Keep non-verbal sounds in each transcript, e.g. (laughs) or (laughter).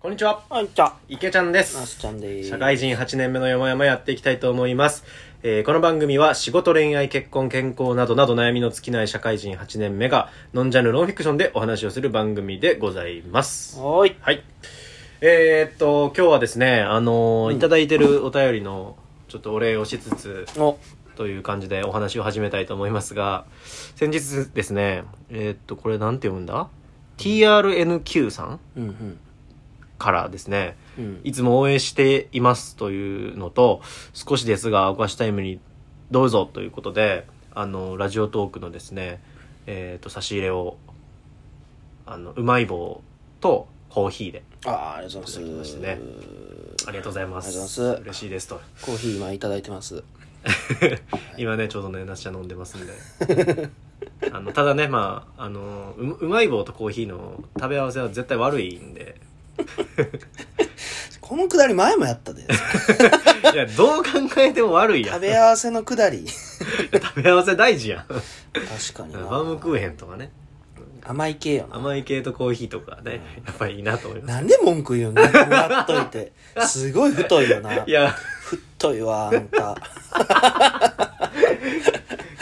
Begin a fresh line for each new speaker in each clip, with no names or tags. こんにちは。
はい、じゃあ、
池ちゃんで
ナ
す。
スちゃんでーす。
社会人8年目の山々やっていきたいと思います。えーこの番組は仕事、恋愛、結婚、健康などなど悩みの尽きない社会人8年目がノンジャンルノンフィクションでお話をする番組でございます。
はーい。
はい。えー、っと、今日はですね、あのーいただいてるお便りのちょっとお礼をしつつ、
お、
という感じでお話を始めたいと思いますが、先日ですね、えー、っと、これなんて読むんだ ?TRNQ さん
うんうん。
からですね、
うん。
いつも応援していますというのと、少しですが、お菓子タイムにどうぞということで、あの、ラジオトークのですね、えっ、と、差し入れを、あの、うまい棒とコーヒーで、
あー、ありがとうござ
いた
い
だき
ま
まし
す。
てねありがとうございます。
ありがとうございます
嬉しいですと。
コーヒー今いただいてます。
今ね、ちょうどね、なしちゃん飲んでますんで。あの、ただね、まあ、あの、ううまい棒とコーヒーの食べ合わせは絶対悪いんで、
このくだり前もやったで。
いや、どう考えても悪いや
食
ん。
べ合わせのくだり。
食べ合わせ大事やん。
確かにな。
バウムクーヘンとかね。
甘い系よな。
甘い系とコーヒーとかね、やっぱりいいなと思います。
なんで文句言うんだもらっといて。すごい太いよな。
いや、
太いわ、あんた。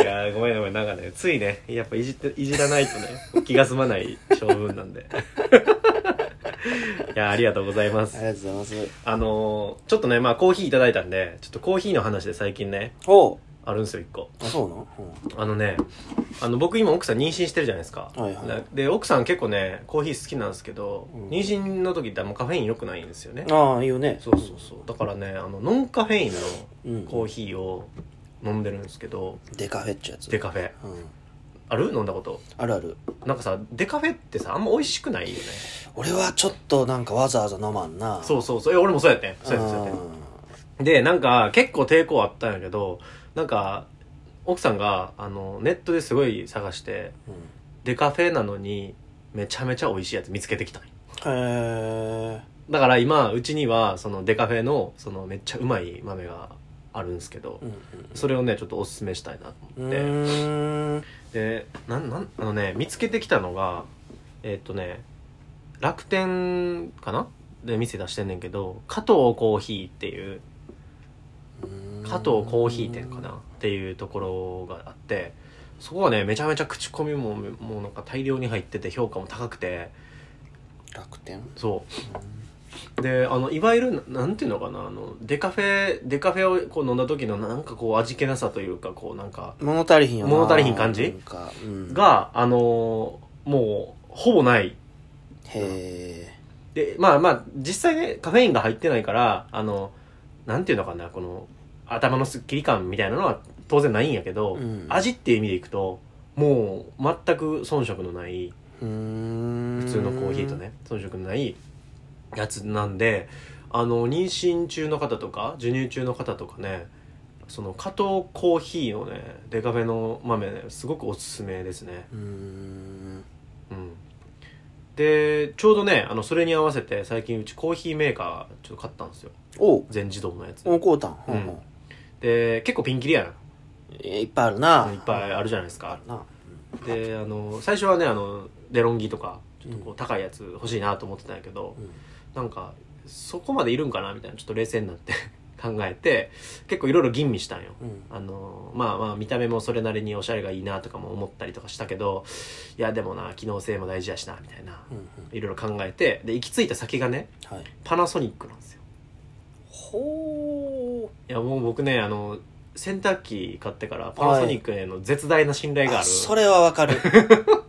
いや、ごめんごめん、なんかね、ついね、やっぱいじって、いじらないとね、
(laughs)
気が済まない性分なんで。いや、ありがとうございま
あ
す
り。がとうございます。
あのーちょっとね、まあコーヒーいただいたんで、ちょっとコーヒーの話で最近ね、
おう。
あるんですよ、一個。
あ、そうなの
あのね、あの、僕今奥さん妊娠してるじゃないですか。
はいはい
なで、奥さん結構ね、コーヒー好きなんですけど、
うん
妊娠の時ってあんまカフェイン良くないんですよね。
うん。ああ、いいよね。
そうそうそう。だからね、あの、ノンカフェインの、
うん。
コーヒーを飲んでるんですけど
デカフェっちゅうやつ。
デカフェ
うん。
ある飲んだこと
あるある。
なんかさデカフェってさあんま美味しくないよね
俺はちょっとなんかわざわざ飲まんな。
そうそうそういや俺もそうやってん
うん。
そうやってんそうやってんでなんか結構抵抗あったんやけどなんか奥さんがあのネットですごい探して
うん
デカフェなのにめちゃめちゃ美味しいやつ見つけてきたんよ
へえ
だから今うちにはそのデカフェのそのめっちゃうまい豆があるんですけど
うん
それをねちょっとおすすめしたいなと
う
思
ん
って
うーん
でなんなんあのね見つけてきたのがえーっとね楽天かなで店出してんねんけど加藤コーヒーっていう加藤コーヒー店かなっていうところがあってそこはねめちゃめちゃ口コミももうなんか大量に入ってて評価も高くて
楽天
そうであのいわゆるななんていうのかなあのデカフェデカフェをこう飲んだ時のなんかこう味気なさというかこうなんか
物足りひんよな
物足りひん感じ
なんか、うん、
が、あのーもうほぼない
へえ
でまあまあ実際ねカフェインが入ってないからあのなんていうのかなこの頭のすっきり感みたいなのは当然ないんやけど、
うん
味っていう意味でいくともう全く遜色のない
普
普通のコーヒーとね遜色のないやつなんであの妊娠中の方とか授乳中の方とかねその加藤コーヒーのねデカフェの豆ねすごくおすすめですね
うーん
うんでちょうどねあのそれに合わせて最近うちコーヒーメーカーちょっと買ったんですよ
おう
全自動のやつ
おうこうたん、ほ
うん
んほん
で結構ピンキリや
えいっぱいある
な
ないい
っぱいあ
る
るじゃないですか
な
であの最初はねあのデロンギとかちょっとこう高いやつ欲しいなと思ってたんやけど、
うん
なんかそこまでいるんかなみたいなちょっと冷静になって (laughs) 考えて結構いろいろ吟味したんよ
うん
あのまあまあ見た目もそれなりにおしゃれがいいなとかも思ったりとかしたけどいやでもな機能性も大事やしなみたいな
うんうん
いろいろ考えてで行き着いた先がね
はい
パナソニックなんですよ
ほ
いやもう僕ねあの洗濯機買ってからパナソニックへの絶大な信頼があ
あ
る、
それはわ
(laughs)
かる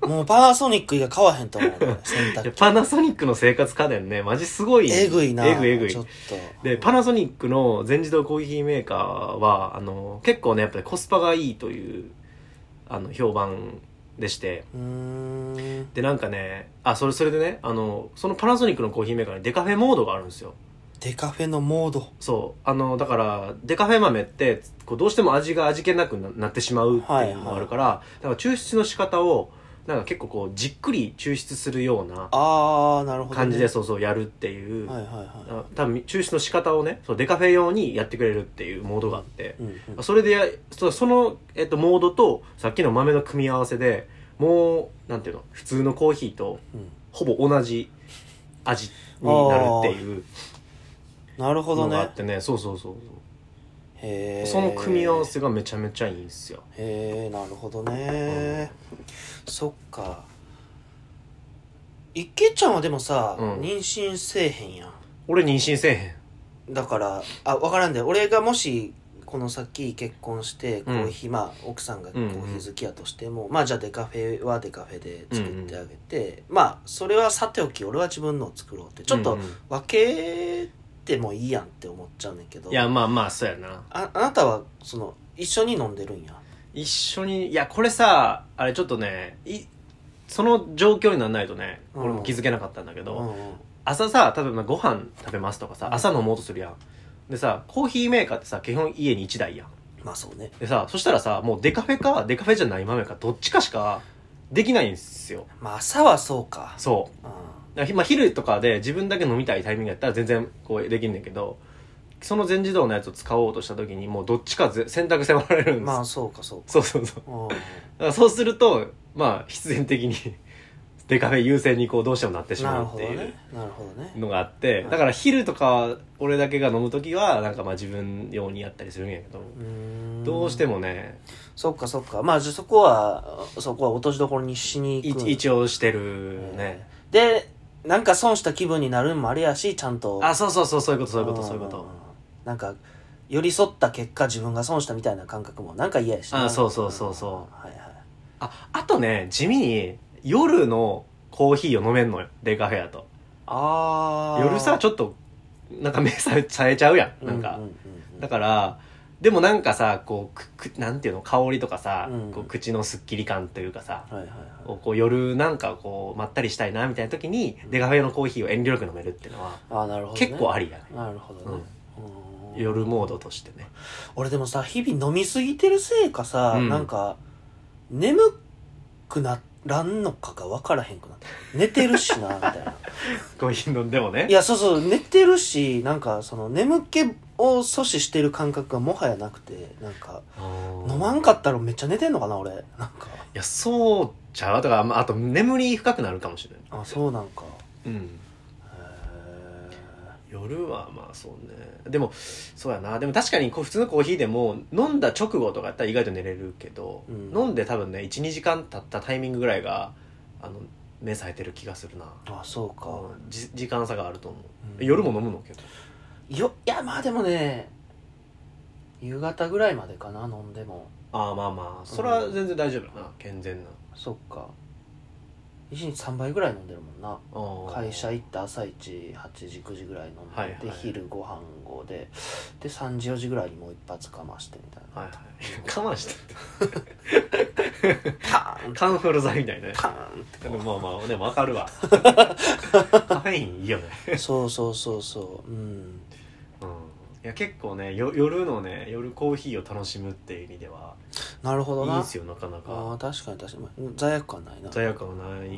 もうパナソニック以外買わへんと思う俺洗
いや
濯機
パナソニックの生活家電ねマジすごい
えぐいな
えぐいえぐい
ちょっと
でパナソニックの全自動コーヒーメーカーはあの結構ねやっぱりコスパがいいというあの評判でして
うーん
でなんかねあそれそれでねあのそのパナソニックのコーヒーメーカーにデカフェモードがあるんですよ
デカフェのモード
そうあのだからデカフェ豆ってこうどうしても味が味気なくななってしまうっていうのがあるから、だから抽出の仕方をなんか結構こうじっくり抽出するような
ああなるほど、ね、
感じでそうそうやるっていう、
はいはいは
あ多分抽出の仕方をねそうデカフェ用にやってくれるっていうモードがあって
い、うんうん、
それでやそその、えっと、モードとさっきの豆の組み合わせでもうなんていうの普通のコーヒーと
うん
ほぼ同じ味になるっていう
なるほど
のがあ
ね
ってねそうそうそうそう
へえ
その組み合わせがめちゃめちゃいいんすよ
へえなるほどね、そっかいけちゃんはでもさ、
うん
妊娠せえへんやん
俺妊娠せえへん
だからあ分からんで俺がもしこの先結婚してコーヒー、まあ奥さんがコーヒー好きやとしても、まあじゃあデカフェはデカフェで作ってあげて、まあそれはさておき俺は自分のを作ろうってちょっ
う
と
んうん
分けてもいいやんって思っちゃうねんけど、
いやまあまあそうやな
ああなたはその一緒に飲んでるんや
一緒にいやこれさあれちょっとねいその状況にならないとね
うん
俺も気づけなかったんだけ
う
ど、
んうん
朝さ例えばご飯食べますとかさ朝飲もうとするやんでさコーヒーメーカーってさ基本家に1台やん
まあそうね
でさそしたらさもうデカフェかデカフェじゃない豆かどっちかしかできないんですよ
まあ朝はそうか
そう
う
だ
ん
からひまあ、昼とかで自分だけ飲みたいタイミングやったら全然こうできんねんけどその全自動のやつを使おうとした時にもうどっちかぜ選択迫られるんです、
まあそうかそうか
そうそうそう
うん
(laughs) だからそうするとまあ必然的にデカフェ優先にこうどうしてもなってし
な
ま
る
うっ
ほ
て
ど
いう
ねなるほどね
のがあって、
はい
だから昼とか俺だけが飲む時はなんかまあ自分用にやったりするんやけど、
うん
どうしてもね
そっかそっかまあじゃあそこはそこは落としどころにしに
い
行くん
一応してるね、
でなんか損した気分になるんもあれやしちゃんと
あそうそうそうそういうことそういうこと
ん
そういうこと
なんか寄り添った結果自分が損したみたいな感覚もなんか嫌やしな
あそうそうそうそう
はいはい
ああとね地味に夜のコーヒーを飲めんのよデカフェやと
ああ
夜さちょっとなんか目さえさえちゃうやんなんか、
うううん
だからでもなんかさこうくくなんていうの香りとかさ、
うん
こう口のすっきり感というかさ
はいはいはい
こう夜なんかこうまったりしたいなみたいな時にデカフェのコーヒーを遠慮なく飲めるっていうのは
ああなるほどね
結構ありやね
なるほどね、うん
夜モードとして
(laughs)
ね
俺でもさ日々飲みすぎてるせいかさ、
うん
なんか眠くならんのかが分からへんくなった寝てるしなみた
(laughs)
いな
コーヒー飲んでもね
いやそうそう寝てるしなんかその眠気を阻止してる感覚がもはやなくてなんか飲
飲
まん
い
かったらめっちゃ寝てんのかな俺なんか
やそうちゃうとかまああと眠り深くなるかもしれない
あそうなんか
うん
へ
夜はまあそうねでもそうやなでも確かにこう普通のコーヒーでも飲んだ直後とかやったら意外と寝れるけど、
うん
飲んで多分ね12時間経ったタイミングぐらいがあの目冴えてる気がするな
ーあそうか、
うんじ時間差があると思う、
うん
夜も飲むのけど
よいやまあでもね夕方ぐらいまでかな飲んでも
ああまあまあそれは全然大丈夫やな健全な
そっか一日3杯ぐらい飲んでるもんな
ああ
会社行って朝一8時9時ぐらい飲んで、
はいはい
で昼ご飯後でで3時4時ぐらいにもう一発かましてみたいな、
はい (laughs) はい我慢してって
パーン
カンフル剤みたいなね
パーンっ
で
て
もまあまあでも分かる
(laughs)
わカフェインいいよね、
そうそうそうそううん
うん、いや結構ねよ夜のね夜コーヒーを楽しむっていう意味では
なるほど
いい
なん
すよなかな
あ
か
あ確かに確かに罪悪感ないな
罪悪感はない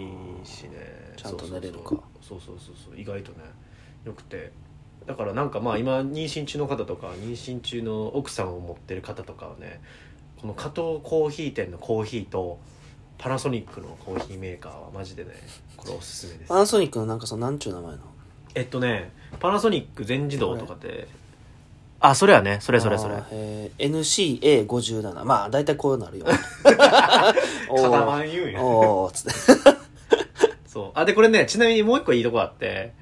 しね
ちゃんと寝れるか
そうそうそうそうそう意外とねよくてだからなんかまあ今妊娠中の方とか妊娠中の奥さんを持ってる方とかはねこの加藤コーヒー店のコーヒーとパナソニックのコーヒーメーカーはマジでねこれおすすめです
パナソニックのなんかそのなんちゅう名前の
えっとねパナソニック全自動とかってあそれはねそれそれそれ
あーえー NCA57 まあ大体こう
(laughs)
なるよお
片
ー
番言うんや
おーつって
そうあでこれねちなみにもう一個いいとこあって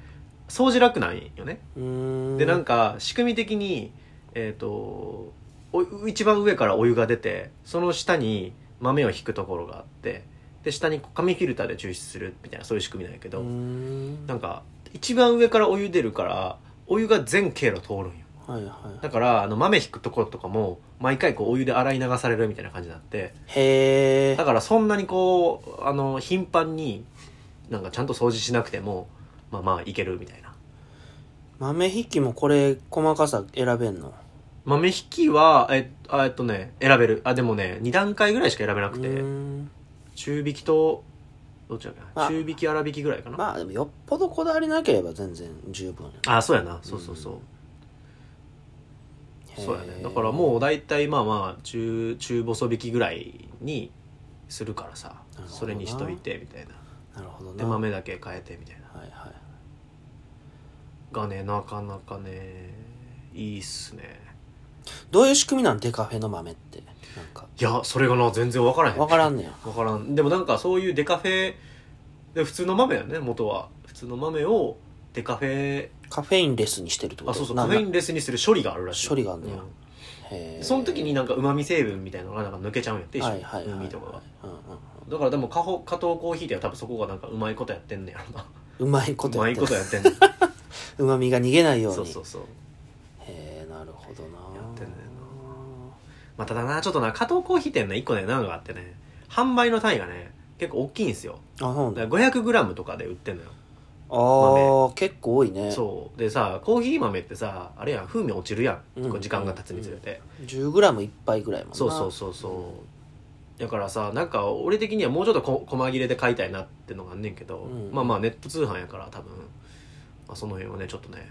掃除楽なんよね
うーん
でなんか仕組み的にえっ、とお一番上からお湯が出てその下に豆を引くところがあってで下に紙フィルターで抽出するみたいなそういう仕組みなんやけ
う
ど、
ーん
なんか一番上からお湯出るからお湯が全経路通るんよ
はいはい
だからあの豆引くところとかも毎回こうお湯で洗い流されるみたいな感じになって
へえ
だからそんなにこうあの頻繁になんかちゃんと掃除しなくてもまあまあいけるみたいな
豆引きもこれ細かさ選べんの
豆引きはえあえっとね選べるあでもね2段階ぐらいしか選べな
う
くて、
ーん
中引きとどっちだっけな
まあ
中引き粗引きぐらいかな、
まあでもよっぽどこだわりなければ全然十分
あそうやなそうそうそう、そうやねだから
う
もう大体まあまあ中中細引きぐらいにするからさ
なるほどな
それにしといてみたいな
なるほどね
で豆だけ変えてみたいな
はいはい
がねなかなかねいいっすね
どういう仕組みなんデカフェの豆ってなんか
いやそれがな全然分からへん
分からんねや
分からんでもなんかそういうデカフェで普通の豆やね元は普通の豆をデカフェ
カフェインレスにしてるってこ
あ
と
そうそう
な
カフェインレスにする処理があるらしい
処理があんねや
うん
へー
その時になんかうまみ成分みたいなのがなんか抜けちゃうんやって一緒
はい
に
はいはい
風味とかが
うんうんうん
だからでも加藤加藤コーヒーでは多分そこがなんかうまいことやってんねやろな
うまいこ
う
と
ま
やっ
い
て
こ
る
とや
(laughs)
ってんねん
うまみが逃げないように
そうそうそう
へえなるほどな
やってんだよまあただなちょっとな加藤コーヒー店の一個ね何があってね販売の単位がね結構大きいんですよ
あそうなんだ
だから 500g とかで売ってんのよ
あー結構多いね
そうでさコーヒー豆ってさあれやん風味落ちるやん、
うん
こう時間が経つにつれて、
10グラム一杯ぐらいもんな
そうそうそうそうだからさなんか俺的にはもうちょっとこ細切れで買いたいなってのがあんねんけど、
うん
まあまあネット通販やから多分、まあ、その辺はねちょっとね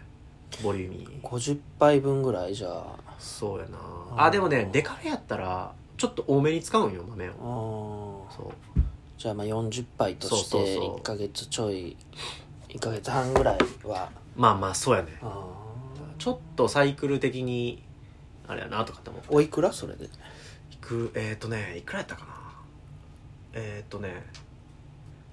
ボリューミー
50杯分ぐらいじゃあ
そうやな
あー
あでもねデカフェやったらちょっと多めに使うんよ豆を
あー
そう
じゃあまあ40杯とし
そうそう
て
そう
1ヶ月ちょい1ヶ月半ぐらいは
まあまあそうやね
あー
ちょっとサイクル的にあれやなとかって思う
おいくらそれで
いくえっ、ー、とねいくらやったかなえっ、ー、とね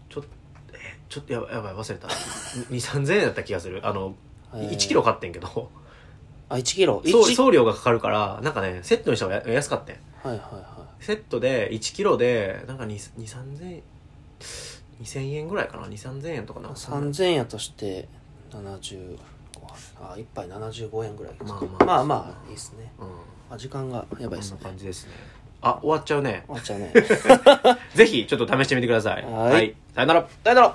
ちょっえーちょっとやばいやばい忘れた23000円だった気がするあの
えー
1キロ買ってんけど
あ1キロ1
送送料がかかるからなんかねセットにした方がや安かったん
はいはいは
セットで1キロでなんか2 3 0 0 0 2000円ぐらいかな2 3 0 0 0円とかない
3000円やとして75あ1杯75円ぐらいですか
まあまあ
まあまあいいですね
うん
あ時間がやばいで
そ
す
ん
ね
な感じですねあ終わっちゃうね (laughs)
終わっちゃうね
ぜひちょっと試してみてください
はい
さよなら
だいだろ